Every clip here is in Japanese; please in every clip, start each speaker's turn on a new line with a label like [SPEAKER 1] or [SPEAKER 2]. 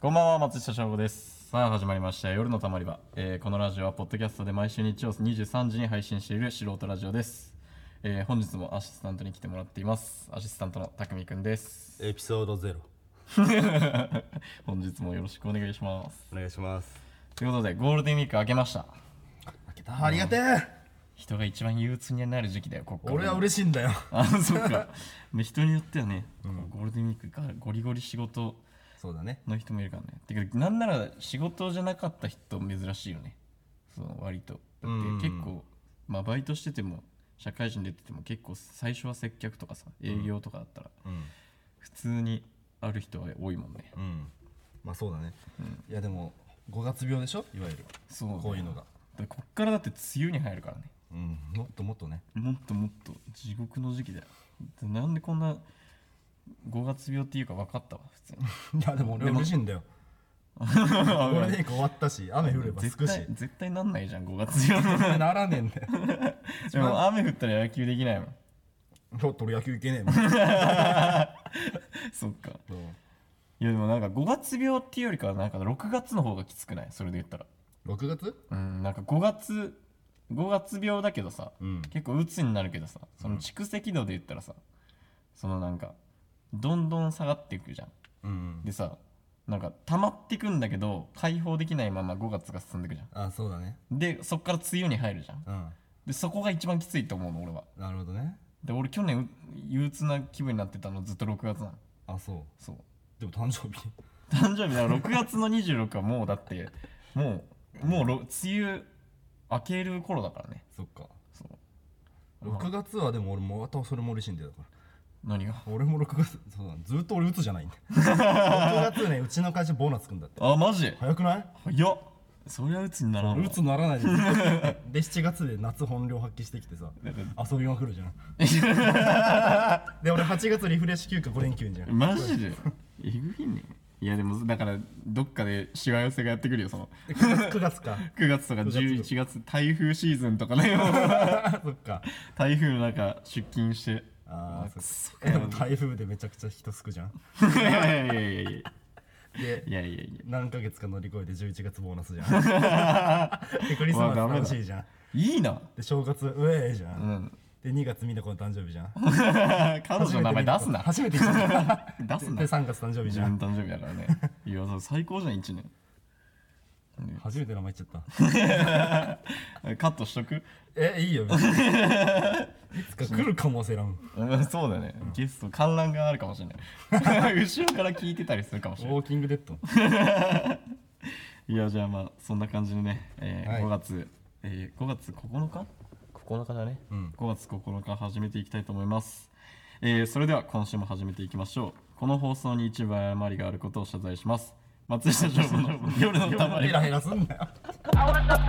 [SPEAKER 1] こんばんは松下翔吾ですさあ始まりました夜のたまり場、えーこのラジオはポッドキャストで毎週日曜23時に配信している素人ラジオです、えー本日もアシスタントに来てもらっていますアシスタントのたくみくんです
[SPEAKER 2] エピソードゼロ
[SPEAKER 1] 本日もよろしくお願いします
[SPEAKER 2] お願いします
[SPEAKER 1] ということでゴールデンウィーク明けました
[SPEAKER 2] 開けたありがてえ
[SPEAKER 1] 人が一番憂鬱になる時期だよこっから
[SPEAKER 2] 俺は嬉しいんだよ
[SPEAKER 1] あそっ かまあ人によってはね、ゴールデンウィークからゴリゴリ仕事
[SPEAKER 2] そうだね
[SPEAKER 1] の人もいるからねてかなんなら仕事じゃなかった人珍しいよねその割とだって結構、まあ、バイトしてても社会人出てても結構最初は接客とかさ営業とかだったら、
[SPEAKER 2] うん
[SPEAKER 1] 普通にある人は多いもんね
[SPEAKER 2] うんまあそうだね、いやでも5月病でしょいわゆる
[SPEAKER 1] そうだね
[SPEAKER 2] こういうのが
[SPEAKER 1] だからこっからだって梅雨に入るからね
[SPEAKER 2] うんもっともっとね
[SPEAKER 1] もっともっと地獄の時期だよでなんでこんな5月病っていうか分かったわ普通 に
[SPEAKER 2] いやでも俺は嬉しいんだよゴールデンウィーク終わったし雨降れば
[SPEAKER 1] 絶
[SPEAKER 2] 少し
[SPEAKER 1] 対絶対なんないじゃん5月 病
[SPEAKER 2] ならねえんだよ
[SPEAKER 1] でも雨降ったら野球できないもん
[SPEAKER 2] ちょっと俺野球いけねえもんそ
[SPEAKER 1] そっか
[SPEAKER 2] う
[SPEAKER 1] いやでもなんか5月病っていうよりかはなんか6月の方がきつくないそれで言ったら
[SPEAKER 2] 6月
[SPEAKER 1] うんなんか5月5月病だけどさ、
[SPEAKER 2] うん
[SPEAKER 1] 結構鬱になるけどさその蓄積度で言ったらさ、そのなんかどんどん下がっていくじゃん
[SPEAKER 2] うん
[SPEAKER 1] でさなんか溜まってくんだけど解放できないまま5月が進んでいくじゃん
[SPEAKER 2] あそうだね
[SPEAKER 1] でそっから梅雨に入るじゃん
[SPEAKER 2] うん
[SPEAKER 1] でそこが一番きついと思うの俺は
[SPEAKER 2] なるほどね
[SPEAKER 1] で俺去年う憂鬱な気分になってたのずっと6月なの
[SPEAKER 2] あそう
[SPEAKER 1] そう
[SPEAKER 2] でも誕生日
[SPEAKER 1] 誕生日だから6月の26はもうだってもうもうろ梅雨明ける頃だからね
[SPEAKER 2] そっか
[SPEAKER 1] そう
[SPEAKER 2] 6月はでも俺もまたそれも嬉しいんだよだから
[SPEAKER 1] 何が
[SPEAKER 2] 俺も6月そうだずっと俺鬱じゃない んだ6月ねうちの会社ボーナスくんだって
[SPEAKER 1] あマジ
[SPEAKER 2] 早くない
[SPEAKER 1] いやそりゃ鬱にならんわ
[SPEAKER 2] 鬱ならないでずっとで7月 で夏本領発揮してきてさ遊びまくるじゃ んで俺8月リフレッシュ休暇5連休じゃん
[SPEAKER 1] マジでえぐいねいやでもだからどっかでしわ寄せがやってくるよその
[SPEAKER 2] で9月9月か
[SPEAKER 1] 9月とか11月台風シーズンとかねもう
[SPEAKER 2] そっか
[SPEAKER 1] 台風の中出勤して
[SPEAKER 2] あー
[SPEAKER 1] く
[SPEAKER 2] そ
[SPEAKER 1] そ
[SPEAKER 2] っかでも台風でめちゃくちゃ人すくじゃん
[SPEAKER 1] いやいやいやいやい
[SPEAKER 2] で
[SPEAKER 1] やいやいやいや
[SPEAKER 2] 何ヶ月か乗り越えて11月ボーナスじゃ んでクリスマス
[SPEAKER 1] まあダメだ
[SPEAKER 2] 楽しいじゃん
[SPEAKER 1] いいな
[SPEAKER 2] で正月うえーじゃ、
[SPEAKER 1] うん ん
[SPEAKER 2] で2月みんなこの誕生日じゃん
[SPEAKER 1] 彼女の名前出すな
[SPEAKER 2] 初めて言った
[SPEAKER 1] 出すな
[SPEAKER 2] で3月誕生日じ
[SPEAKER 1] 自
[SPEAKER 2] ゃ
[SPEAKER 1] 分
[SPEAKER 2] ん
[SPEAKER 1] 誕生日だからねいやそう最高じゃん1年
[SPEAKER 2] 初めて名前言っちゃった
[SPEAKER 1] カットしとく
[SPEAKER 2] えいいよ別にいつか来るかもしれん
[SPEAKER 1] うん そうだね、ゲスト観覧があるかもしれ ない後ろから聞いてたりするかもし
[SPEAKER 2] ウ
[SPEAKER 1] れない
[SPEAKER 2] ォーキングデッド
[SPEAKER 1] いやじゃあまあそんな感じでね、えー
[SPEAKER 2] はい
[SPEAKER 1] 5月、えー5月9日9日だね、
[SPEAKER 2] うん
[SPEAKER 1] 5月9日始めていきたいと思います、えーそれでは今週も始めていきましょうこの放送に一部誤りがあることを謝罪します松下翔吾の夜のたま り
[SPEAKER 2] ヘラヘラすんなよ
[SPEAKER 3] Out in the band,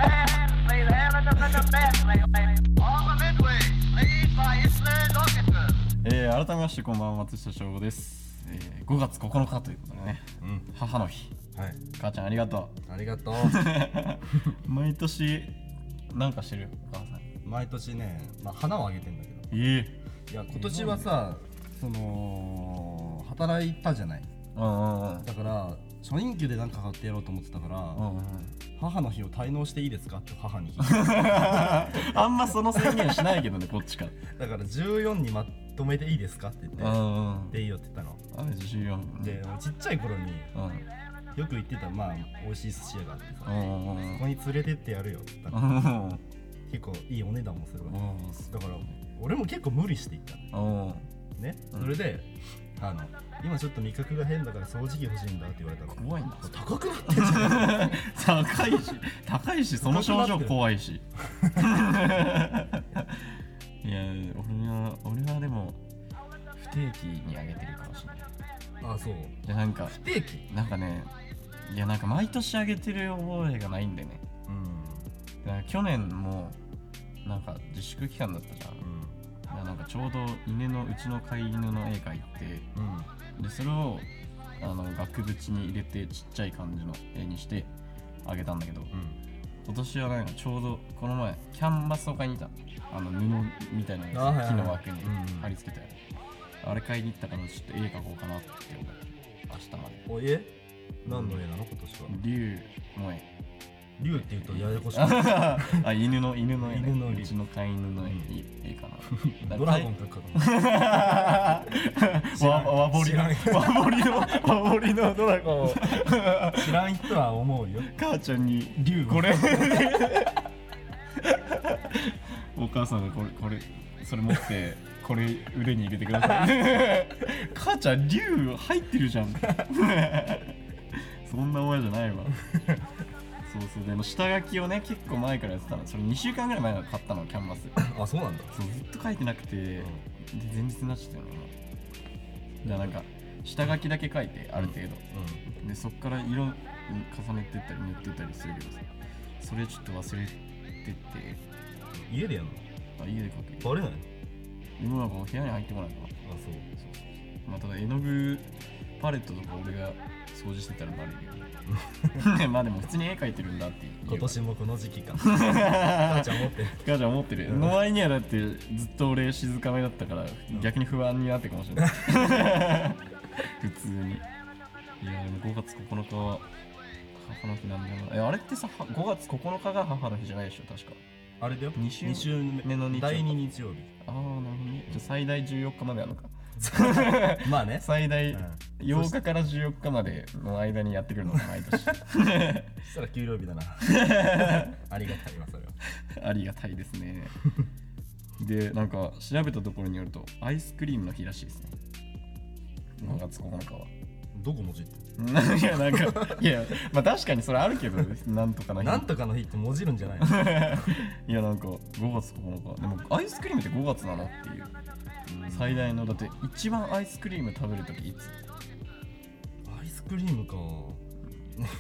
[SPEAKER 3] play the hell out of the band, play, play. All the midway, played by Island Orchestra.
[SPEAKER 1] えー改めましてこんばんは松下翔吾です、えー5月9日ということでね、
[SPEAKER 2] ん
[SPEAKER 1] 母の日
[SPEAKER 2] はい
[SPEAKER 1] 母ちゃんありがと
[SPEAKER 2] ありがとう
[SPEAKER 1] う毎年なんかしてるお母さん
[SPEAKER 2] 毎年ね、まあ、花をあげてんだけど
[SPEAKER 1] ええ
[SPEAKER 2] いや今年はさその働いたじゃない
[SPEAKER 1] うんうんうん
[SPEAKER 2] だから初任給で何か買ってやろうと思ってたから、
[SPEAKER 1] うんうんうん
[SPEAKER 2] 母の日を滞納していいですかって母に聞い
[SPEAKER 1] あんまその宣言しない けどねこっちから
[SPEAKER 2] てだから14にまとめていいですかって言って、
[SPEAKER 1] うんうん
[SPEAKER 2] でいいよって言ったの
[SPEAKER 1] あれ14分
[SPEAKER 2] でちっちゃい頃に
[SPEAKER 1] うん
[SPEAKER 2] よく行ってたまあ美味しい寿司屋があってさ、
[SPEAKER 1] うんうんうん
[SPEAKER 2] そこに連れてってやるよって言った
[SPEAKER 1] う
[SPEAKER 2] ら、
[SPEAKER 1] ん
[SPEAKER 2] 結構いいお値段もするわけ、
[SPEAKER 1] うんす
[SPEAKER 2] だから俺も結構無理して行った
[SPEAKER 1] うん
[SPEAKER 2] のね、それであの今ちょっと味覚が変だから掃除機欲しいんだって言われたの
[SPEAKER 1] 怖いな
[SPEAKER 2] 高くなってんじゃ ん
[SPEAKER 1] 高いし高いしその症状怖いし いや俺は俺はでも不定期にあげてるかもしれない
[SPEAKER 2] あそう
[SPEAKER 1] でなんか
[SPEAKER 2] 不定期
[SPEAKER 1] なんかねいやなんか毎年あげてる覚えがないんでね
[SPEAKER 2] うん
[SPEAKER 1] でなんか去年もなんか自粛期間だったじゃんいやなんかちょうど犬のうちの飼い犬の絵がいて
[SPEAKER 2] うんうん
[SPEAKER 1] でそれをあの額縁に入れてちっちゃい感じの絵にしてあげたんだけど今年はなんかちょうどこの前キャンバスを買いに行ったのあの布みたいな
[SPEAKER 2] あはいは
[SPEAKER 1] やつ
[SPEAKER 2] い
[SPEAKER 1] 木の枠に
[SPEAKER 2] うん
[SPEAKER 1] 貼り付けてあれ買いに行ったからちょっと絵描こうかなって思って明日まで
[SPEAKER 2] おいえ何の絵なの今年は
[SPEAKER 1] 竜の絵
[SPEAKER 2] 竜って言うとややこしくなる
[SPEAKER 1] あ犬の犬の絵、ね、
[SPEAKER 2] 犬の絵
[SPEAKER 1] うちの飼い犬の絵,、絵かな
[SPEAKER 2] ドラゴンとか
[SPEAKER 1] わ
[SPEAKER 2] らん
[SPEAKER 1] わぼり
[SPEAKER 2] 知らん
[SPEAKER 1] わぼりのわぼりのドラゴンを
[SPEAKER 2] 知らん人は思うよ
[SPEAKER 1] 母ちゃんに
[SPEAKER 2] 竜
[SPEAKER 1] これ お母さんがこれこれそれ持ってこれ腕に入れてください 母ちゃん竜入ってるじゃん そんな親じゃないわそうそうでも下書きをね結構前からやってたのそれ2週間ぐらい前から買ったのキャンバス
[SPEAKER 2] あそうなんだ
[SPEAKER 1] そうずっと書いてなくて、で前日になっちゃったよねじゃあなんか下書きだけ書いてある程度、
[SPEAKER 2] う
[SPEAKER 1] でそっから色重ねてったり塗ってったりするけどさそれちょっと忘れてて
[SPEAKER 2] ん家でやんの
[SPEAKER 1] あ家で描く
[SPEAKER 2] バレないあ
[SPEAKER 1] 今なんか部屋に入ってこないかな
[SPEAKER 2] そう
[SPEAKER 1] そうそうまあただ絵の具パレットとか俺が掃除してたらバレるけど ねまあでも普通に絵描いてるんだっていう
[SPEAKER 2] 今年もこの時期か母ちゃん持って
[SPEAKER 1] ガジャン持ってるの割にはだってずっと俺静かめだったから逆に不安になってるかもしれない普通にいやでも5月9日は母の日なんだよなえあれってさは5月9日が母の日じゃないでしょ確か
[SPEAKER 2] あれだよ
[SPEAKER 1] 二週
[SPEAKER 2] 二
[SPEAKER 1] 目の日曜
[SPEAKER 2] 第2日曜日
[SPEAKER 1] ああなるほどねじゃあ最大14日まであるのか
[SPEAKER 2] まあね
[SPEAKER 1] 最大
[SPEAKER 2] うん
[SPEAKER 1] 8日から14日までの間にやってくるのが毎年
[SPEAKER 2] そしたら給料日 だなありがたいわそれは
[SPEAKER 1] ありがたいです ねでなんか調べたところによるとアイスクリームの日らしいですね5月9日は
[SPEAKER 2] どこ文字って
[SPEAKER 1] いやなんかいやまあ確かにそれあるけどなんとかの日
[SPEAKER 2] なんとかの日って文字るんじゃないの
[SPEAKER 1] いやなんか5月9日でもアイスクリームって5月なのっていう最大のだって一番アイスクリーム食べるときいつ
[SPEAKER 2] アイスクリームか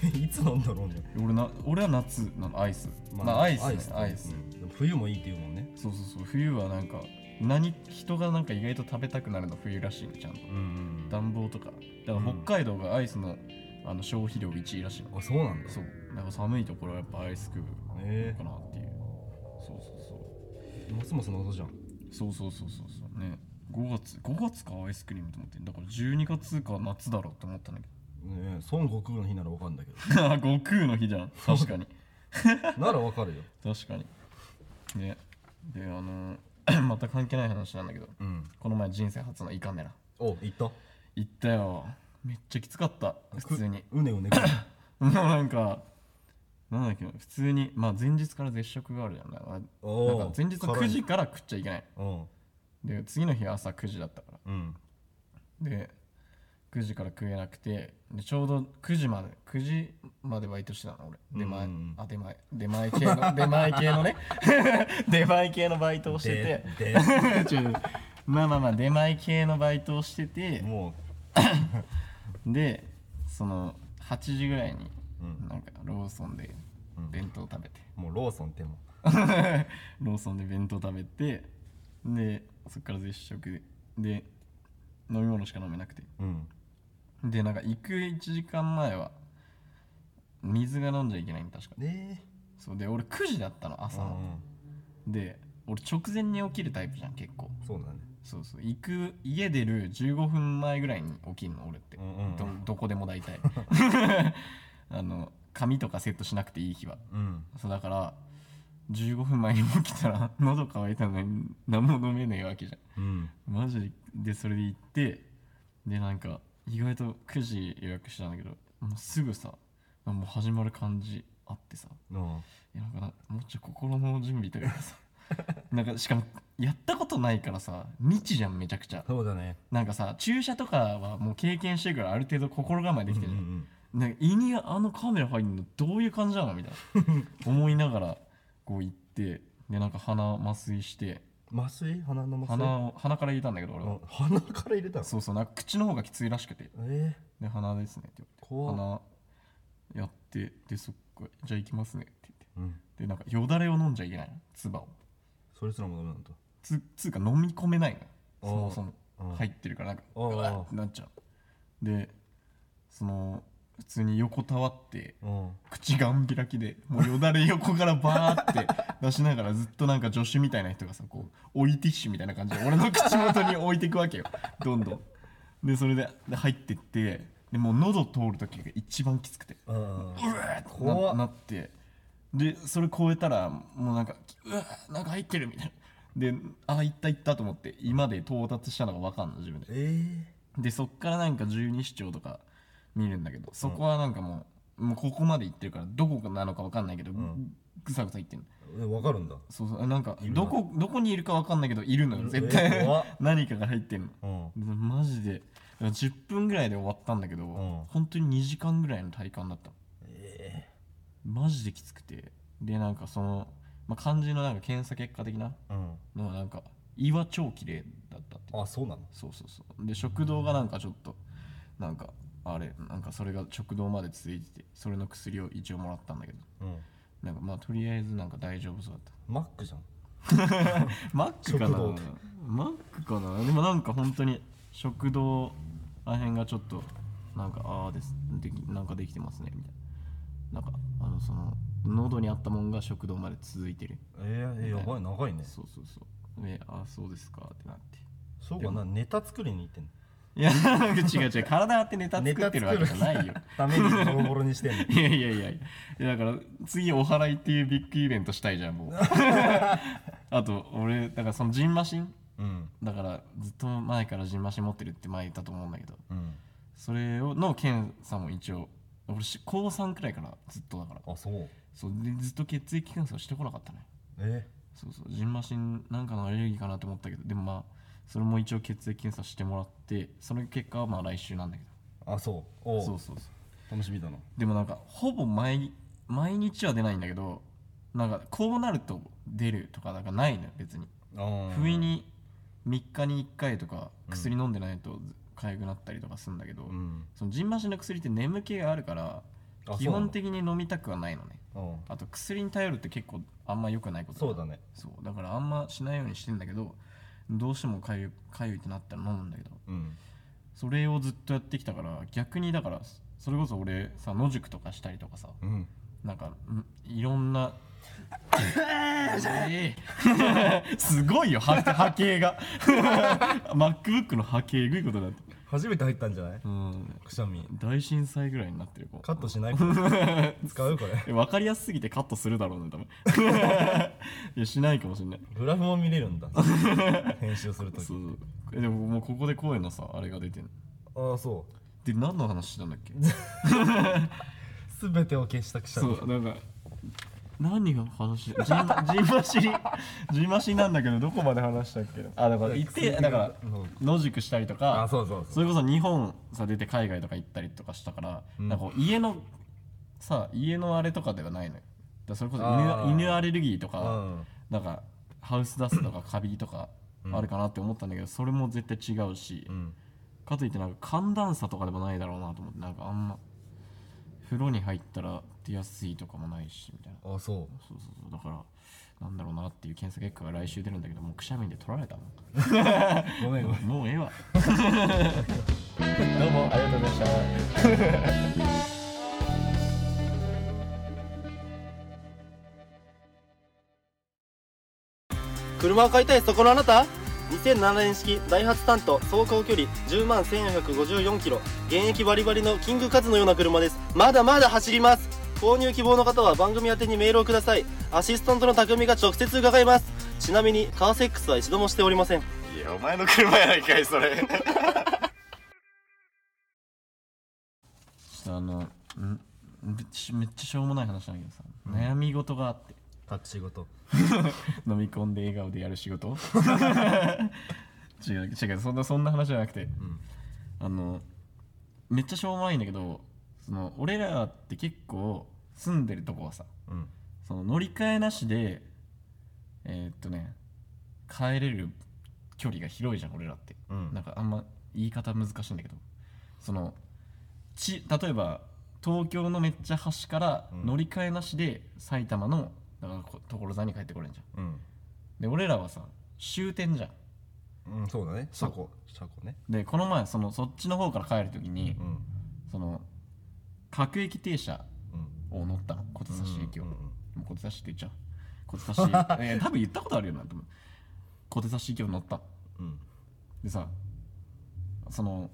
[SPEAKER 2] いつなんだろうね
[SPEAKER 1] 俺な俺は夏なのアイスまあ、アイスねアイス、
[SPEAKER 2] うんでも冬もいいって言うもんね
[SPEAKER 1] そうそうそう冬はなんか何人がなんか意外と食べたくなるの冬らしいのちゃんと
[SPEAKER 2] うん
[SPEAKER 1] 暖房とかだから北海道がアイスの,、あの消費量1位らしいの
[SPEAKER 2] あそうなんだ
[SPEAKER 1] そうなんか寒いところはやっぱアイス食う
[SPEAKER 2] え
[SPEAKER 1] かなっていう、そうそうそ
[SPEAKER 2] ますます謎じゃん
[SPEAKER 1] うそうそうそうそうそうね5月5月かアイスクリームと思ってだから12月か夏だろうって思ったんだけ
[SPEAKER 2] ねえ孫悟空の日ならわかるんだけ
[SPEAKER 1] ど 悟空の日じゃん確かに
[SPEAKER 2] どならわかるよ
[SPEAKER 1] 確かにねであのー また関係ない話なんだけど
[SPEAKER 2] うん
[SPEAKER 1] この前人生初の胃カメラ
[SPEAKER 2] お行った
[SPEAKER 1] 行ったよめっちゃきつかった普通に
[SPEAKER 2] くうねうねくる
[SPEAKER 1] もうなんか、なんだっけな、普通に、まあ前日から絶食があるじゃん。なんか
[SPEAKER 2] おー
[SPEAKER 1] なんか前日の
[SPEAKER 2] 辛
[SPEAKER 1] 9
[SPEAKER 2] い
[SPEAKER 1] 時から食っちゃいけない。
[SPEAKER 2] うん
[SPEAKER 1] で、次の日は朝9時だったか
[SPEAKER 2] うん
[SPEAKER 1] ら。で、9時から食えなくて、でちょうど9時まで、9時までバイトしてたの、俺。出前、
[SPEAKER 2] うんうん
[SPEAKER 1] あ、出前、出前系の、出前系のね、 出前系のバイトをしてて
[SPEAKER 2] で、で
[SPEAKER 1] ちょまあまあまあ、出前系のバイトをしてて、
[SPEAKER 2] も
[SPEAKER 1] で、その、8時ぐらいに、
[SPEAKER 2] ううん
[SPEAKER 1] なんかローソンで弁当食べて。
[SPEAKER 2] もうローソンっても
[SPEAKER 1] ローソンで弁当食べてでそっから絶食でで飲み物しか飲めなくて
[SPEAKER 2] ううん
[SPEAKER 1] でなんか行く1時間前は水が飲んじゃいけないの確か
[SPEAKER 2] ね
[SPEAKER 1] そうで俺9時だったの
[SPEAKER 2] え
[SPEAKER 1] 朝ので俺直前に起きるタイプじゃん結構
[SPEAKER 2] そうだね
[SPEAKER 1] そうそう行く家出る15分前ぐらいに起きんの俺って、
[SPEAKER 2] うんうん
[SPEAKER 1] どどこでも大 体 あの髪とかセットしなくていい日は
[SPEAKER 2] うん
[SPEAKER 1] そうだから15分前に起きたら 喉乾いたのに何も飲めねえわけじゃ
[SPEAKER 2] うん
[SPEAKER 1] んマジでそれで行ってでなんか意外と9時予約したんだけどもうすぐさもう始まる感じあってさ
[SPEAKER 2] の
[SPEAKER 1] いやなんかなもうちょい心の準備というかさ なんかしかもやったことないからさ未知じゃんめちゃくちゃ
[SPEAKER 2] そうだね
[SPEAKER 1] なんかさ注射とかはもう経験してるからある程度心構えできてるじゃん
[SPEAKER 2] うん
[SPEAKER 1] なんか胃にあのカメラ入るのどういう感じなのみたい な思いながらこう行ってでなんか鼻麻酔して
[SPEAKER 2] うん麻酔鼻の麻酔
[SPEAKER 1] 鼻を鼻から入れたんだけど俺は
[SPEAKER 2] うん鼻から入れたの
[SPEAKER 1] そうそうなんか口の方がきついらしくて
[SPEAKER 2] え
[SPEAKER 1] で鼻ですねって
[SPEAKER 2] ー、
[SPEAKER 1] 言
[SPEAKER 2] 怖
[SPEAKER 1] わ
[SPEAKER 2] っ
[SPEAKER 1] れて鼻やってでそっかじゃあ行きますねって言って
[SPEAKER 2] うん
[SPEAKER 1] でなんかよだれを飲んじゃいけないの唾を
[SPEAKER 2] それすらもダメなんだ
[SPEAKER 1] つつうか飲み込めないの
[SPEAKER 2] あ
[SPEAKER 1] そ
[SPEAKER 2] ー
[SPEAKER 1] もそも
[SPEAKER 2] うん
[SPEAKER 1] 入ってるからなんか
[SPEAKER 2] あー
[SPEAKER 1] うわってなっちゃうでその普通に横たわって
[SPEAKER 2] うん
[SPEAKER 1] 口がん開きでもうよだれ横からバーって出しながらずっとなんか助手みたいな人がさこう置いティッシュみたいな感じで俺の口元に置いていくわけよどんどんでそれでで入ってってでもう喉通る時が一番きつくて
[SPEAKER 2] う
[SPEAKER 1] うわーってな
[SPEAKER 2] 怖っ
[SPEAKER 1] なってでそれ超えたらもうなんかうわーなんか入ってるみたいなでああいったいったと思って今で到達したのが分かんない自分で
[SPEAKER 2] え
[SPEAKER 1] でそっからなんか十二指腸とか見るんだけどそこはなんかもう,、もうここまで行ってるからどこなのか分かんないけど、
[SPEAKER 2] ん
[SPEAKER 1] ぐさぐさいってるの
[SPEAKER 2] えわかるんだ
[SPEAKER 1] そうそうなんか
[SPEAKER 2] るな
[SPEAKER 1] どこどこにいるか分かんないけどいるのよ絶
[SPEAKER 2] えー
[SPEAKER 1] 対
[SPEAKER 2] 怖っ
[SPEAKER 1] 何かが入ってるの
[SPEAKER 2] うん
[SPEAKER 1] でマジで10分ぐらいで終わったんだけど、
[SPEAKER 2] ん
[SPEAKER 1] 本当に2時間ぐらいの体感だったの
[SPEAKER 2] え
[SPEAKER 1] マジできつくてでなんかその、まあ、漢字のなんか検査結果的な
[SPEAKER 2] えう
[SPEAKER 1] のはなんか胃は超綺麗だったって
[SPEAKER 2] んあそうなの
[SPEAKER 1] そうそうそうで食堂がなんかちょっとなんかあれなんかそれが食堂まで続いててそれの薬を一応もらったんだけど
[SPEAKER 2] うん
[SPEAKER 1] なんかまあとりあえずなんか大丈夫そうだった
[SPEAKER 2] マックじゃん
[SPEAKER 1] マックか
[SPEAKER 2] 食
[SPEAKER 1] な
[SPEAKER 2] 堂
[SPEAKER 1] マックかなでもなんか本当に食堂らへんがちょっとなんかああですできなんかできてますねみたいななんかあのその喉にあったもんが食堂まで続いてる
[SPEAKER 2] ええやばい長いね
[SPEAKER 1] そうそうそうねああそうですかってなって
[SPEAKER 2] そうかなネタ作りに行ってんの
[SPEAKER 1] いやなんか違う違う体張ってネタ作ってるわけじゃないよ
[SPEAKER 2] ためにボロボロ にしてんの
[SPEAKER 1] いやいやいやいやだから次お祓いっていうビッグイベントしたいじゃん もうあと俺だからそのジンマシン
[SPEAKER 2] うん
[SPEAKER 1] だからずっと前からジンマシン持ってるって前言ったと思うんだけど
[SPEAKER 2] うん
[SPEAKER 1] それをの検査も一応俺し高3くらいからずっとだから
[SPEAKER 2] あそう
[SPEAKER 1] そうでずっと血液検査をしてこなかったね
[SPEAKER 2] え
[SPEAKER 1] そうそうジンマシンなんかのアレルギーかなと思ったけどでもまあそれも一応血液検査してもらってその結果はまあ来週なんだけ
[SPEAKER 2] あそう
[SPEAKER 1] ど
[SPEAKER 2] お
[SPEAKER 1] そううそうそう
[SPEAKER 2] 楽しみだな
[SPEAKER 1] でもなんかほぼ毎毎日は出ないんだけどなんかこうなると出るとかなんかないのよ別に
[SPEAKER 2] あ
[SPEAKER 1] 不意に3日に1回とか薬飲んでないと痒くなったりとかするんだけど、
[SPEAKER 2] うん
[SPEAKER 1] そのジンマシンの薬って眠気があるから
[SPEAKER 2] あ
[SPEAKER 1] 基本的に飲みたくはないのね
[SPEAKER 2] うん
[SPEAKER 1] あと薬に頼るって結構あんま良くないこと
[SPEAKER 2] そうだね
[SPEAKER 1] そうだからあんましないようにしてんだけどどうしてもかゆいかゆいってなったら飲むんだけど
[SPEAKER 2] うん
[SPEAKER 1] それをずっとやってきたから逆にだからそれこそ俺さ野宿とかしたりとかさ
[SPEAKER 2] うん
[SPEAKER 1] なんかんいろん なえー すごいよ波波形が MacBook の波形えぐいことだって
[SPEAKER 2] 初めて入ったんじゃない
[SPEAKER 1] うん
[SPEAKER 2] くしゃみ
[SPEAKER 1] 大震災ぐらいになってるこう
[SPEAKER 2] カットしないこ れ使うこれ
[SPEAKER 1] え分かりやすすぎてカットするだろう ね多分いやしないかもしんない
[SPEAKER 2] グラフも見れる んだ編集するとき
[SPEAKER 1] そうえでももうここで声のさあれが出てんの
[SPEAKER 2] ああそ
[SPEAKER 1] で何の話してたんだっけ
[SPEAKER 2] う全てを消したくしゃ
[SPEAKER 1] そ
[SPEAKER 2] み
[SPEAKER 1] うなんか何が話してジンジンマ シンジンマシンなんだけどどこまで話したっけあだから行ってだから野宿したりとか
[SPEAKER 2] あそうそうそう
[SPEAKER 1] それこそ日本さ出て海外とか行ったりとかしたから、
[SPEAKER 2] ん
[SPEAKER 1] なんかこう家のさ家のあれとかではないのよだからそれこそ
[SPEAKER 2] あー
[SPEAKER 1] 犬犬アレルギーと
[SPEAKER 2] う
[SPEAKER 1] か、
[SPEAKER 2] ん
[SPEAKER 1] なんかハウスダストとかカビとかあるかなって思ったんだけど、それも絶対違うし、
[SPEAKER 2] うん
[SPEAKER 1] かといってなんか寒暖差とかでもないだろうなと思ってなんかあんま風呂に入ったら出やすいとかもないしみたいな
[SPEAKER 2] ああそ
[SPEAKER 1] そうそうそうだからなんだろうなっていう検査結果が来週出るんだけどもうくしゃみで取られたもん
[SPEAKER 2] うごめんごめん
[SPEAKER 1] もうええわ どうもありがとうございました
[SPEAKER 4] 車を買いたいそこのあなた2007年式ダイハツタント走行距離10万1454キロ現役バリバリのキングカズのような車ですまだまだ走ります購入希望の方は番組宛てにメールをくださいアシスタントの匠が直接伺いますちなみにカーセックスは一度もしておりません
[SPEAKER 5] いやお前の車やないかいそれ
[SPEAKER 1] ちょっとあのんめっちゃめっちゃしょうもない話なんだけどさ、悩み事があって
[SPEAKER 2] 立ち仕事
[SPEAKER 1] 飲み込んで笑顔でやる仕事 違う違うそんなそんな話じゃなくて、あのめっちゃしょうもないんだけどその俺らって結構住んでるとこはさ
[SPEAKER 2] うん
[SPEAKER 1] その乗り換えなしでえーっとね帰れる距離が広いじゃん俺らって、
[SPEAKER 2] うん
[SPEAKER 1] なんかあんま言い方難しいんだけどそのち例えば東京のめっちゃ端から乗り換えなしで埼玉のだからこ所沢に帰ってこれんじゃん
[SPEAKER 2] うん
[SPEAKER 1] で俺らはさ終点じゃん
[SPEAKER 2] うんそうだね車庫車庫ね
[SPEAKER 1] でこの前そのそっちの方から帰る時に、
[SPEAKER 2] うん
[SPEAKER 1] その各駅停車
[SPEAKER 2] うん
[SPEAKER 1] を乗ったの小手差し駅を、
[SPEAKER 2] うんうん
[SPEAKER 1] もう小手差しって言っちゃう小手差し、えー多分言ったことあるよなと思う小手差し駅を乗ったの
[SPEAKER 2] うん
[SPEAKER 1] でさその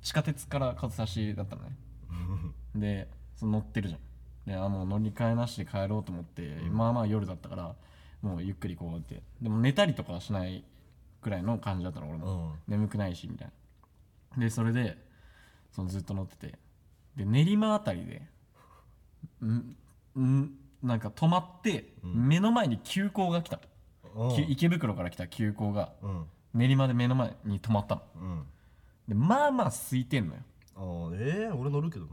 [SPEAKER 1] 地下鉄から勝差しだったのねでその乗ってるじゃんであもう乗り換えなしで帰ろうと思って、まあまあ夜だったからもうゆっくりこうやってでも寝たりとかはしないくらいの感じだったの俺も、眠くないしみたいなでそれでそのずっと乗っててで練馬あたりでんんなんか止まって、目の前に急行が来た、
[SPEAKER 2] うん
[SPEAKER 1] き池袋から来た急行が
[SPEAKER 2] うん
[SPEAKER 1] 練馬で目の前に止まったの
[SPEAKER 2] うん
[SPEAKER 1] でまあまあ空いてんのよ
[SPEAKER 2] あーえー、俺乗るけどな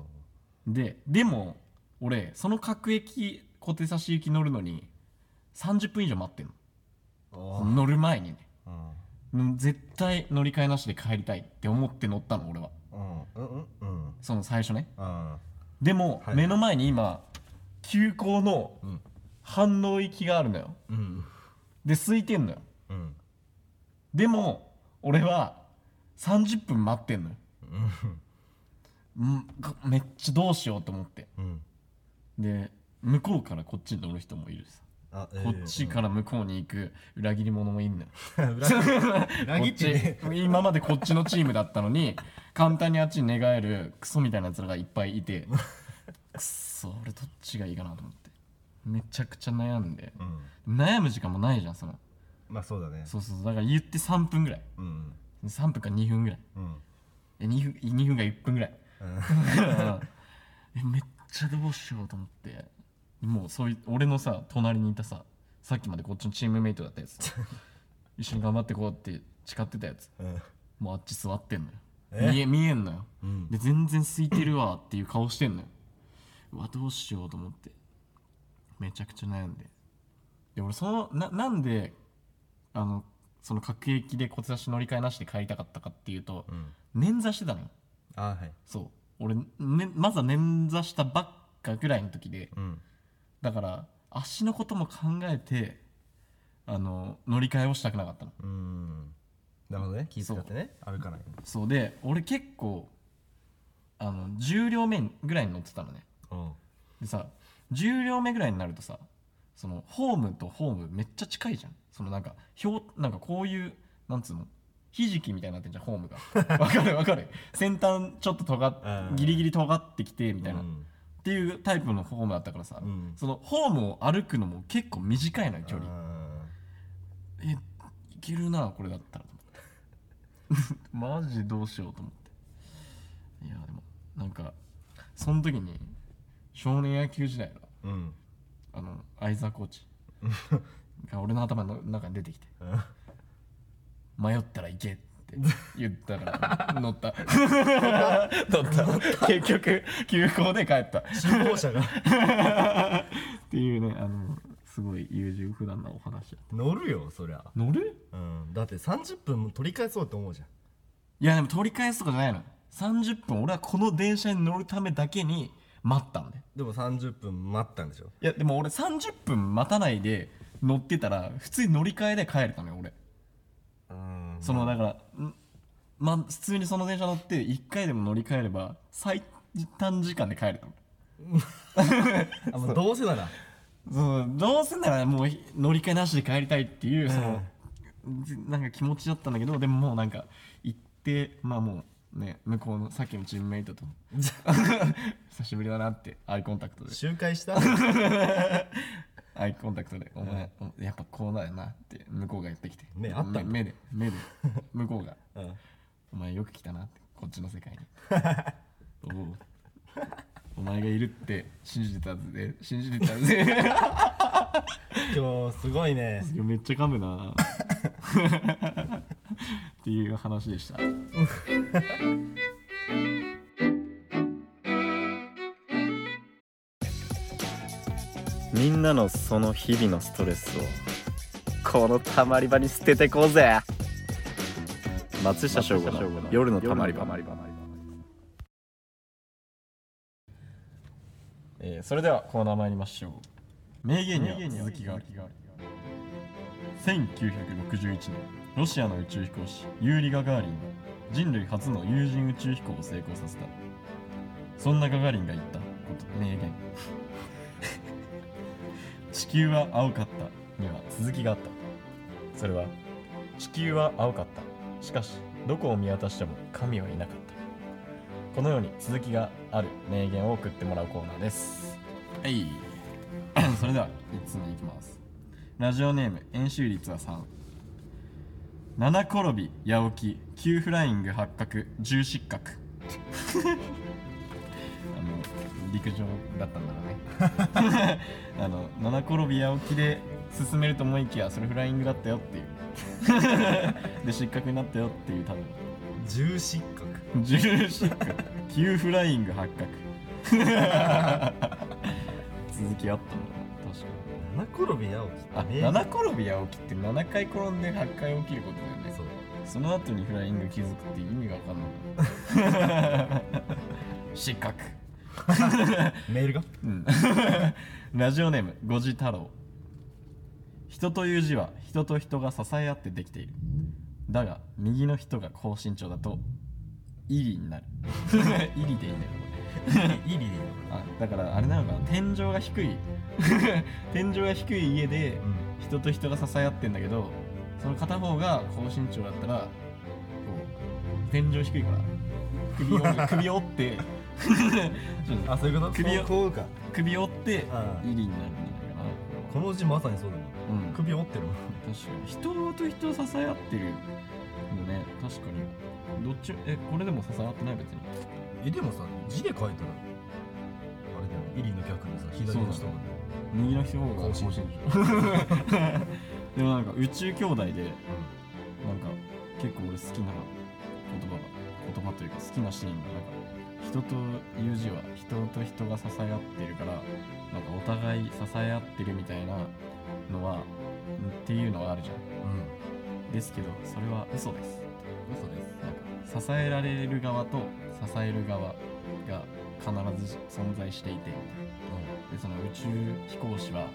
[SPEAKER 1] ででも俺その各駅小手差し行き乗るのに30分以上待ってんの
[SPEAKER 2] あ
[SPEAKER 1] 乗る前にね
[SPEAKER 2] あ
[SPEAKER 1] うん絶対乗り換えなしで帰りたいって思って乗ったの俺は
[SPEAKER 2] うんうんうんうん
[SPEAKER 1] その最初ね
[SPEAKER 2] あ
[SPEAKER 1] でも、
[SPEAKER 2] はい
[SPEAKER 1] 目の前に今急行の
[SPEAKER 2] ん
[SPEAKER 1] 反応行きがあるのよ
[SPEAKER 2] うん
[SPEAKER 1] で空いてんのよ
[SPEAKER 2] うん
[SPEAKER 1] でも俺は30分待ってんのようんかめっちゃどうしようと思って
[SPEAKER 2] うん
[SPEAKER 1] で向こうからこっちに乗る人もいるしさ
[SPEAKER 2] あ、えー
[SPEAKER 1] こっちから向こうに行く裏切り者もいんのよ
[SPEAKER 2] 裏切り裏
[SPEAKER 1] こ
[SPEAKER 2] 切
[SPEAKER 1] っ
[SPEAKER 2] っ
[SPEAKER 1] ち
[SPEAKER 2] てね
[SPEAKER 1] 今までこっちのチームだったのに簡単にあっちに寝返るクソみたいなやつらがいっぱいい てくっそ俺どっちがいいかなと思ってめちゃくちゃ悩んで
[SPEAKER 2] うん
[SPEAKER 1] 悩む時間もないじゃんその
[SPEAKER 2] まあそうだね
[SPEAKER 1] そうそうそうだから言って3分ぐらい
[SPEAKER 2] うん
[SPEAKER 1] 3分か2分ぐらい
[SPEAKER 2] うん
[SPEAKER 1] え2分2分が1分ぐらい えめっちゃどうしようと思ってもうそういう俺のさ隣にいたささっきまでこっちのチームメイトだったやつ一緒に頑張ってこうって誓ってたやつ
[SPEAKER 2] うん
[SPEAKER 1] もうあっち座ってんのよ
[SPEAKER 2] え
[SPEAKER 1] 見え見えんのよ、
[SPEAKER 2] ん
[SPEAKER 1] で全然空いてるわっていう顔してんのようわどうしようと思ってめちゃくちゃ悩んでで俺そのななんであのその各駅で小手差し乗り換えなしで帰りたかったかっていうと、
[SPEAKER 2] ん
[SPEAKER 1] 捻挫してたのよ
[SPEAKER 2] あはい
[SPEAKER 1] そう俺、ね、まずは捻挫したばっかぐらいの時で
[SPEAKER 2] うん
[SPEAKER 1] だから足のことも考えてあの乗り換えをしたくなかったの
[SPEAKER 2] うんなるほどね気遣ってね歩かない
[SPEAKER 1] そうで俺結構あの10両目ぐらいに乗ってたのね
[SPEAKER 2] うん
[SPEAKER 1] でさ10両目ぐらいになるとさそのホームとホームめっちゃ近いじゃんそのなんかひょうなんかこういうなんつうのひじきみたいになってんじゃんホーム がわかるわかる先端ちょっと尖
[SPEAKER 2] う
[SPEAKER 1] っ
[SPEAKER 2] ん
[SPEAKER 1] ギリギリ尖ってきてみたいな、
[SPEAKER 2] うん
[SPEAKER 1] っていうタイプのホームだったからさ、
[SPEAKER 2] うん
[SPEAKER 1] そのホームを歩くのも結構短いのよ距離
[SPEAKER 2] あ
[SPEAKER 1] えいけるなこれだったらと思って マジでどうしようと思っていやでもなんかその時に少年野球時代の
[SPEAKER 2] ーうん
[SPEAKER 1] あの相沢コーチが俺の頭の中に出てきて
[SPEAKER 2] ん
[SPEAKER 1] 「迷ったら行け」って言ったから 乗った 乗った結局急行で帰った
[SPEAKER 2] 信号車が
[SPEAKER 1] っていうねあのすごい優柔不断なお話だ
[SPEAKER 2] 乗るよそりゃ
[SPEAKER 1] 乗る
[SPEAKER 2] うんだって30分も取り返そうって思うじゃん
[SPEAKER 1] いやでも取り返すとかじゃないの30分俺はこの電車に乗るためだけに待ったんだよ
[SPEAKER 2] でも30分待ったんでしょ
[SPEAKER 1] いやでも俺30分待たないで乗ってたら普通に乗り換えで帰れたのよ俺
[SPEAKER 2] うん
[SPEAKER 1] そのだからんまあ普通にその電車乗って1回でも乗り換えれば最短時間で帰れたの
[SPEAKER 2] あもうどうせなら
[SPEAKER 1] そうどうせならもうひ乗り換えなしで帰りたいっていうその、じなんか気持ちだったんだけどでももうなんか行ってまあもうね向こうのさっきのチームメイ トと久しぶりだなってアイコンタクトで
[SPEAKER 2] 周回した
[SPEAKER 1] アイコンタクトで「お前、おやっぱこうだよな」って向こうが言ってきて
[SPEAKER 2] 目あったんだ
[SPEAKER 1] め目で 目で向こうが
[SPEAKER 2] うん
[SPEAKER 1] 「お前よく来たな」ってこっちの世界 におうお前がいるって信じてたぜ信じてたぜ
[SPEAKER 2] 今日すごいね
[SPEAKER 1] いやめっちゃ噛むな っていう話でしたみんなのその日々のストレスをこのたまり場に捨ててこうぜ松下翔吾の夜のたまり場えーそれではコーナー参りましょう名言には続きがある1961年ロシアの宇宙飛行士ユーリ・ガガーリンが人類初の有人宇宙飛行を成功させたそんなガガーリンが言ったこと名 言地球は青かったには続きがあったそれは地球は青かったしかしどこを見渡しても神はいなかったこのように続きがある名言を送ってもらうコーナーですはい それでは1つ目いきますラジオネーム円周率は3七転び八起き急フライング八角重失格 あの陸上だったんだろうね あの七転び八起きで進めると思いきやそれフライングだったよっていう で失格になったよっていう多分
[SPEAKER 2] 重失格
[SPEAKER 1] 重失格急フライング八角続きあったんだな確か
[SPEAKER 2] 七転び八起き
[SPEAKER 1] あ、
[SPEAKER 2] 名言
[SPEAKER 1] 七転び八起きって7回転んで8回起きることだよね
[SPEAKER 2] そう
[SPEAKER 1] その後にフライング気づくって意味が分かんない失格
[SPEAKER 2] メ ールが
[SPEAKER 1] うんラジオネーム五次太郎人という字は人と人が支え合ってできているだが右の人が高身長だとイリになる イリでいいんだよ
[SPEAKER 2] いいリリー
[SPEAKER 1] あだからあれなのかな天井が低い 天井が低い家で
[SPEAKER 2] うん
[SPEAKER 1] 人と人が支え合ってんだけどその片方が高身長だったらこう天井低いから首 を首を折ってちょっと
[SPEAKER 2] あそういうこと
[SPEAKER 1] 首を
[SPEAKER 2] こうか
[SPEAKER 1] 首を折って
[SPEAKER 2] ああ
[SPEAKER 1] イリになるんじゃないかな
[SPEAKER 2] この字まさにそうだな
[SPEAKER 1] うん確か
[SPEAKER 2] 首折ってるもん
[SPEAKER 1] に人と人を支え合ってるよね確かにどっちえこれでも支え合ってない別に
[SPEAKER 2] えでもさ字で書いたらあれだよイリの逆のさ左の人が
[SPEAKER 1] 右の人の方が
[SPEAKER 2] 高身長
[SPEAKER 1] でもなんか宇宙兄弟でなんか結構俺好きな言葉が言葉というか好きなシーンがなんか人という字は人と人が支え合ってるからなんかお互い支え合ってるみたいなのはっていうのはあるじゃん
[SPEAKER 2] うん
[SPEAKER 1] ですけどそれは嘘です
[SPEAKER 2] 嘘です
[SPEAKER 1] なんか支えられる側と支える側が必ず存在していてでその宇宙飛行士は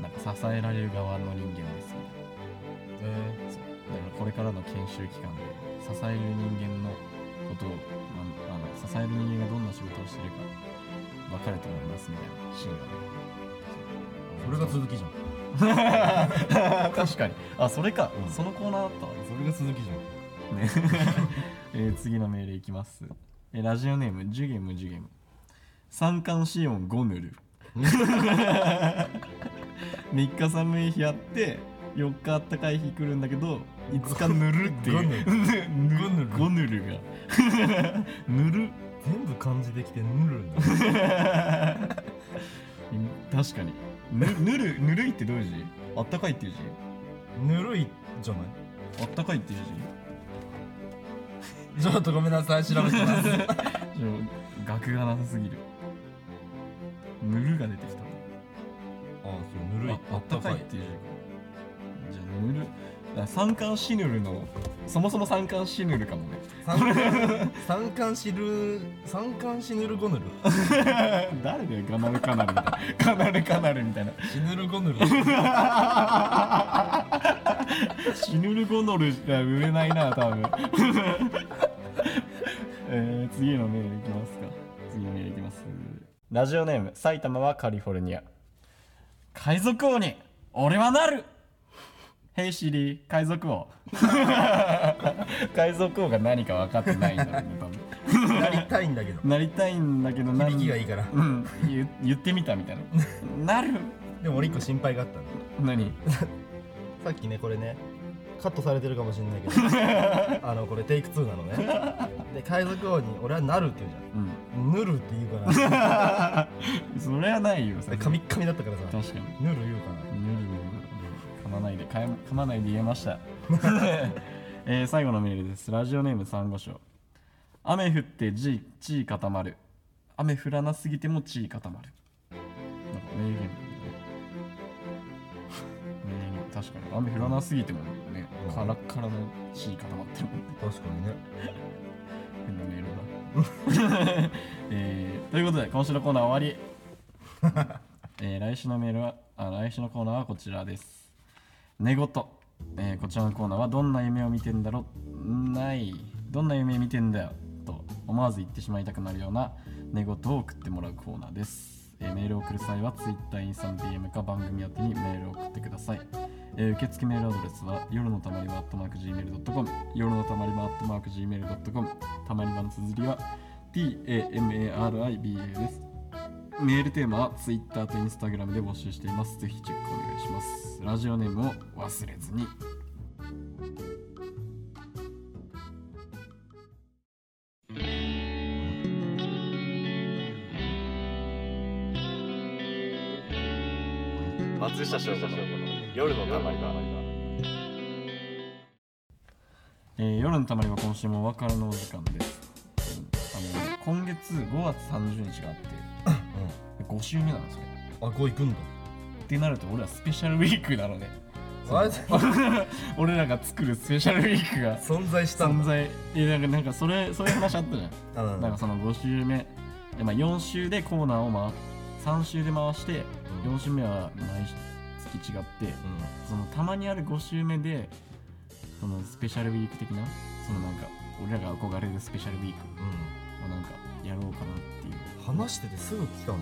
[SPEAKER 1] なんか支えられる側の人間ですみたいなそうだからこれからの研修期間で支える人間のことをあのあの支える人間がどんな仕事をしてるか分かると思いますみたいなシーンがね
[SPEAKER 2] それが続きじゃん
[SPEAKER 1] 確かにあそれか、
[SPEAKER 2] うん
[SPEAKER 1] そのコーナーだったわ
[SPEAKER 2] それが続きじゃん
[SPEAKER 1] ね えー次の命令いきます、えーラジオネームジュゲムジュゲム三寒四温五ぬる 三日寒い日あって4日あったかい日来るんだけど5日ぬるっていうぬ
[SPEAKER 2] ごご ぬる
[SPEAKER 1] ごぬるが ぬる
[SPEAKER 2] 全部漢字できてぬるんだ
[SPEAKER 1] 確かにぬぬるぬるいってどういう字あったかいっていう
[SPEAKER 2] ぬるいじゃない
[SPEAKER 1] 字あったかいっていう
[SPEAKER 2] ちょっとごめんなさい調べてます
[SPEAKER 1] 字ちょ額がなさすぎるぬるが出てきた
[SPEAKER 2] あそうぬるい
[SPEAKER 1] ああったかいっていうじゃあぬるあ三寒シヌルのそもそも三寒シヌルかもね
[SPEAKER 2] 三冠三冠しる三冠しぬるごぬる
[SPEAKER 1] 誰だよガナルカナルみ たいなカナルカナルみたいな
[SPEAKER 2] しぬるごぬる
[SPEAKER 1] シヌルゴノルじゃ売れないな多 分えー、次のメールいきますか次のメールいきますラジオネーム埼玉はカリフォルニア海賊王に俺はなるヘイシリー海賊 王海賊王が何か分かってないんだろうね多分
[SPEAKER 2] なりたいんだけど
[SPEAKER 1] なりたいんだけど
[SPEAKER 2] 響きがいいから
[SPEAKER 1] うん言言ってみたみたいななる
[SPEAKER 2] でも俺一個心配があったの
[SPEAKER 1] 何
[SPEAKER 2] さっきねこれねカットされてるかもしれないけどあのこれテイク2なのねで海賊王に俺はなるって
[SPEAKER 1] う
[SPEAKER 2] 言う
[SPEAKER 1] ん
[SPEAKER 2] じゃんぬるって言うから
[SPEAKER 1] それはないよさすが
[SPEAKER 2] で
[SPEAKER 1] に
[SPEAKER 2] カミッカミだったからさ
[SPEAKER 1] 確かに
[SPEAKER 2] ぬ
[SPEAKER 1] ぬ
[SPEAKER 2] る言うかな
[SPEAKER 1] るぬる噛まないで噛ま噛まないで言えました、えー最後のメールですラジオネームサンゴ礁雨降って地地位固まる雨降らなすぎても地位固まるなんか名言名言確かに雨降らなすぎてもね
[SPEAKER 2] うん
[SPEAKER 1] カラッカラの地位固まってるもんね
[SPEAKER 2] 確かにね
[SPEAKER 1] 変なメールだ、 えーということで今週のコーナー終わり、えー来週のメールはあ来週のコーナーはこちらです寝言、えーこちらのコーナーはどんな夢を見てんだろないどんな夢見てんだよと思わず言ってしまいたくなるような寝言を送ってもらうコーナーです、えーメールを送る際は Twitter インスタの DM か番組宛てにメールを送ってくださいえー受付メールアドレスは夜のたまり場 atmarkgmail.com 夜のたまり場 atmarkgmail.com たまり場の綴りは TAMARIBA ですメールテーマは Twitter と Instagram で募集していますぜひチェックお願いしますラジオネームを忘れずに
[SPEAKER 5] 松下翔吾の夜のたまり場
[SPEAKER 1] えー夜のたまりは今週もお別れのお時間です。あの今月5月30日があって、5週目なんですよ。
[SPEAKER 2] あ5行くんだ
[SPEAKER 1] ってなると俺はスペシャルウィークなのね。
[SPEAKER 2] あれ
[SPEAKER 1] 俺らが作るスペシャルウィークが
[SPEAKER 2] 存在したん
[SPEAKER 1] 存
[SPEAKER 2] だ
[SPEAKER 1] 在。えなんかなんかそれそういう話あったじゃ
[SPEAKER 2] うん
[SPEAKER 1] ん。なんかその5週目、でまあ4週でコーナーを回っ3週で回して、
[SPEAKER 2] うん
[SPEAKER 1] 4週目は毎月違って、そのたまにある5週目でそのスペシャルウィーク的なそのなんか俺らが憧れるスペシャルウィーク
[SPEAKER 2] うん
[SPEAKER 1] をなんかやろうかなっていう
[SPEAKER 2] うん話しててすぐ来たね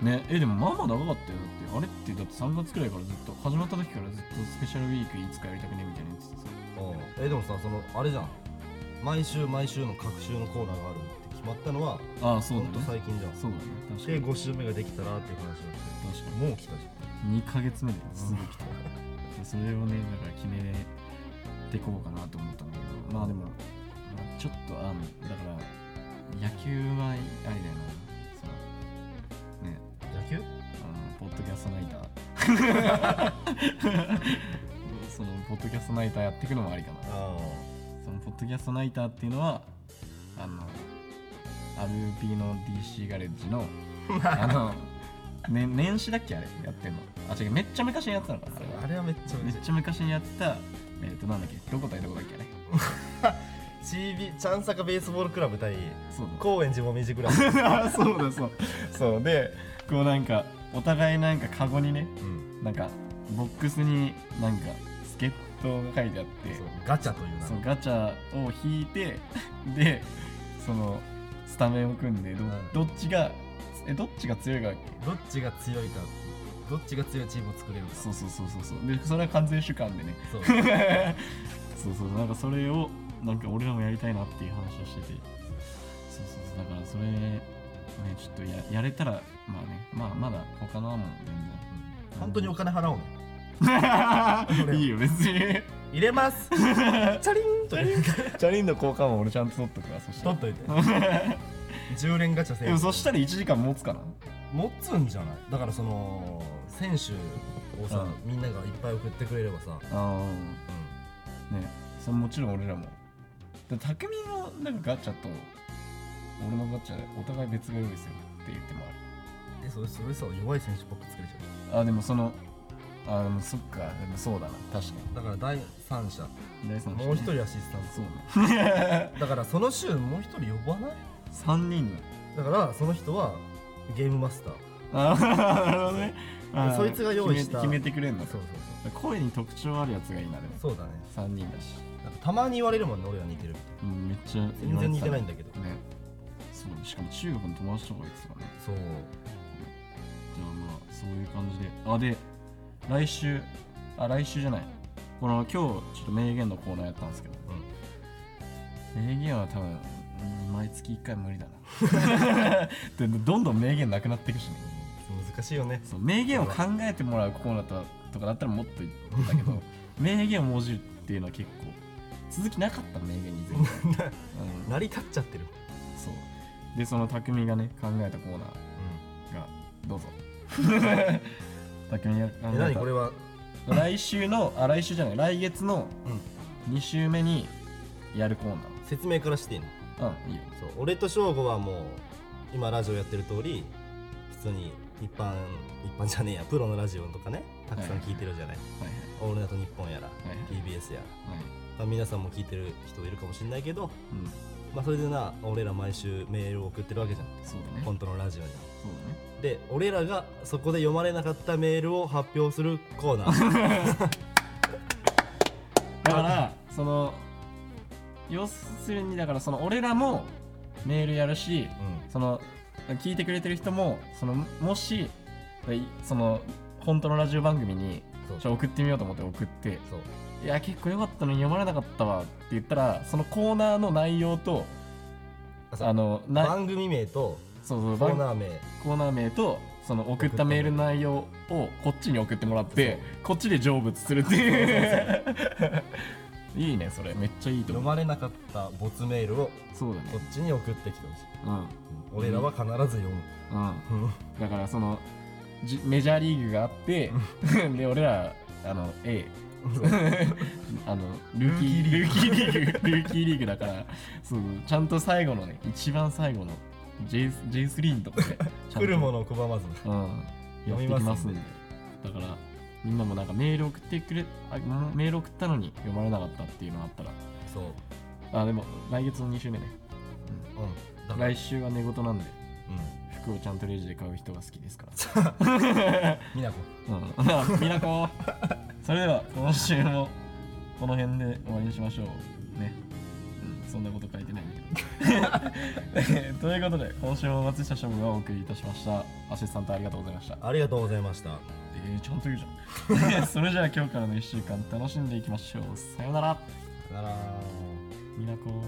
[SPEAKER 1] ねえでもまあまあ長かったよだってあれってだって3月くらいからずっと始まった時からずっとスペシャルウィークいつかやりたくねみたいなやつさ
[SPEAKER 2] えでもさそのあれじゃん毎週毎週の各週のコーナーがあるって決まったのは
[SPEAKER 1] ああそう
[SPEAKER 2] ほ
[SPEAKER 1] だ
[SPEAKER 2] んと
[SPEAKER 1] ね
[SPEAKER 2] 最近じゃん
[SPEAKER 1] そうだね確か
[SPEAKER 2] で
[SPEAKER 1] に
[SPEAKER 2] 5週目ができたらっていう話を
[SPEAKER 1] 確
[SPEAKER 2] し
[SPEAKER 1] か
[SPEAKER 2] てもう来たじ
[SPEAKER 1] に2ヶ月目ですぐ来たで それをねだから決めてこうかなと思ったんだけどまあでも、まあちょっとあのだから野球はあれだよなそのね
[SPEAKER 2] ゃん野球
[SPEAKER 1] あのポッドキャストナイター そのポッドキャストナイターやっていくのもありかな
[SPEAKER 2] あ
[SPEAKER 1] そのポッドキャストナイターっていうのはあの RP の DC ガレッジ のあの、ね、年始だっけあれやってんのあ違うめっちゃ昔にやってたのかなあれは
[SPEAKER 2] あれはめっちゃ
[SPEAKER 1] め
[SPEAKER 2] 嬉
[SPEAKER 1] っ
[SPEAKER 2] しい
[SPEAKER 1] ちゃ昔にやってたえっ、となんだっけどこ対どこだっけあれ
[SPEAKER 2] CB ちゃんさかベースボールクラブ対
[SPEAKER 1] そうだ
[SPEAKER 2] 高円寺もみじクラブ
[SPEAKER 1] あ そうだそうそうでこうなんかお互いなんかカゴにね
[SPEAKER 2] うん
[SPEAKER 1] なんかボックスになんか助っ人が書いてあっ
[SPEAKER 2] そ
[SPEAKER 1] て
[SPEAKER 2] うガチャというな
[SPEAKER 1] そうガチャを引いて でそのスタメンを組んでど
[SPEAKER 2] うん
[SPEAKER 1] どっちがえどっちが強いか
[SPEAKER 2] どっちが強いかどっちが強いチームを作れるか
[SPEAKER 1] そうそうそうそうそうでそれは完全主観でね
[SPEAKER 2] そう
[SPEAKER 1] そうそうなんかそれをなんか俺らもやりたいなっていう話をしててそうそうそうだからそれねちょっとややれたらまあねまあまだ他の案も
[SPEAKER 2] 本当にお金払おうの
[SPEAKER 1] 全
[SPEAKER 2] 俺
[SPEAKER 1] 然 いいよ別に
[SPEAKER 2] 入れます チャリンチャリン
[SPEAKER 1] チャリンの交換も俺ちゃんと取っとくわそした
[SPEAKER 2] 取
[SPEAKER 1] ら
[SPEAKER 2] っといて10連ガチャ
[SPEAKER 1] で
[SPEAKER 2] 選
[SPEAKER 1] も
[SPEAKER 2] 手
[SPEAKER 1] そしたら1時間持つかな
[SPEAKER 2] 持つんじゃないだからその選手をさ、
[SPEAKER 1] う
[SPEAKER 2] みんながいっぱい送ってくれればさ、
[SPEAKER 1] ああねそれもちろん俺らもで匠のなんかガチャと俺のガチャお互い別が用意するって言っても
[SPEAKER 2] えそれそれさ弱い選手ばっか作れち
[SPEAKER 1] あ
[SPEAKER 2] ゃ
[SPEAKER 1] るあでもそのあでもそっかでもそうだな確か
[SPEAKER 2] うだから第三者
[SPEAKER 1] に第三者ね
[SPEAKER 2] もう一人アシスタン
[SPEAKER 1] そうね
[SPEAKER 2] トだからその週もう一人呼ばない
[SPEAKER 1] 3人の
[SPEAKER 2] だからその人はゲームマスター
[SPEAKER 1] あーなるほどねあー
[SPEAKER 2] そいつが用意した
[SPEAKER 1] 決め決めてくれんの
[SPEAKER 2] そうそう
[SPEAKER 1] 声に特徴あるやつがいいなでも
[SPEAKER 2] そうそうだね
[SPEAKER 1] 3人だし、
[SPEAKER 2] なんかたまに言われるもんね俺は似てるみたい
[SPEAKER 1] うん、めっちゃ
[SPEAKER 2] 全然似てないんだけど
[SPEAKER 1] ねそうしかも中学の友達とかが言ってたからね
[SPEAKER 2] なそう
[SPEAKER 1] じゃあまあそういう感じであで来週あ来週じゃないこの今日ちょっと名言のコーナーやったんですけど、名言は多分うん毎月1回無理だなでどんどん名言なくなっていくしね
[SPEAKER 2] 難しいよね
[SPEAKER 1] そう名言を考えてもらうコーナーととかだったらもっといったけど名言をもじるっていうのは結構続きなかった名言に全然、うん、
[SPEAKER 2] 成り立っちゃってる
[SPEAKER 1] そうでその匠がね考えたコーナーがどう ぞ匠が考
[SPEAKER 2] え何これは
[SPEAKER 1] 来週のあ来週じゃない来月の2週目にやるコー
[SPEAKER 2] 説明からしていいの
[SPEAKER 1] ナーうんいいよ
[SPEAKER 2] そう俺と翔吾はもう今ラジオやってる通り普通に一般一般じゃねえやプロのラジオとかねたくさん聞いてるじゃない「
[SPEAKER 1] はい
[SPEAKER 2] オールナイトニッポン」やら
[SPEAKER 1] はいはい
[SPEAKER 2] TBS やら、
[SPEAKER 1] はい
[SPEAKER 2] まあ、皆さんも聞いてる人いるかもしれないけど、
[SPEAKER 1] うん
[SPEAKER 2] まあ、それでな俺ら毎週メールを送ってるわけじゃん
[SPEAKER 1] そうだね
[SPEAKER 2] 本当のラジオには
[SPEAKER 1] そうだね
[SPEAKER 2] で俺らがそこで読まれなかったメールを発表する コーナー
[SPEAKER 1] だからその要するにだからその俺らもメールやるし
[SPEAKER 2] う
[SPEAKER 1] その聞いてくれてる人もそのもしいその本当のラジオ番組に
[SPEAKER 2] そう
[SPEAKER 1] ちょ送ってみようと思って送って
[SPEAKER 2] そう
[SPEAKER 1] いや結構良かったのに読まれなかったわって言ったらそのコーナーの内容とあのな
[SPEAKER 2] 番組名と
[SPEAKER 1] そうそう
[SPEAKER 2] コ
[SPEAKER 1] 番
[SPEAKER 2] ーナー名
[SPEAKER 1] コーナー名とその送ったメール内容をこっちに送ってもらってこっちで成仏するっていう いいねそれめっちゃいいと
[SPEAKER 2] 読
[SPEAKER 1] 思う
[SPEAKER 2] まれなかった没メールを
[SPEAKER 1] そうだ
[SPEAKER 2] こ
[SPEAKER 1] ね
[SPEAKER 2] っちに送ってきてほしい
[SPEAKER 1] うんうん
[SPEAKER 2] 俺らは必ず読む、
[SPEAKER 1] だからそのじメジャーリーグがあって で俺らあの A あのルーキールーキーリーグルーキーリーグだからそうちゃんと最後のね一番最後の J- J3 のとこでちゃんと
[SPEAKER 2] 来るものを拒まずに
[SPEAKER 1] うん、やっ
[SPEAKER 2] 読
[SPEAKER 1] て
[SPEAKER 2] み
[SPEAKER 1] き
[SPEAKER 2] ますん
[SPEAKER 1] ますん
[SPEAKER 2] で
[SPEAKER 1] でだからみんなもなんかメール送ってくれあんメール送ったのに読まれなかったっていうのがあったら
[SPEAKER 2] そう
[SPEAKER 1] あでも来月の2週目ね
[SPEAKER 2] うんだから
[SPEAKER 1] 来週は寝言なんで
[SPEAKER 2] う
[SPEAKER 1] 服
[SPEAKER 2] ん
[SPEAKER 1] をちゃんとレジで買う人が好きですから
[SPEAKER 2] 美奈子
[SPEAKER 1] うん なあみなこそれでは今週もこの辺で終わりにしましょうね、うん、そんなこと書いてないんだけど ということで今週も松下翔吾がお送りいたしましたアシスタントありがとうございました
[SPEAKER 2] ありがとうございました
[SPEAKER 1] えー、ちゃんと言うじゃん それじゃあ今日からの1週間楽しんでいきましょうさよなら
[SPEAKER 2] さよなら
[SPEAKER 1] みなこ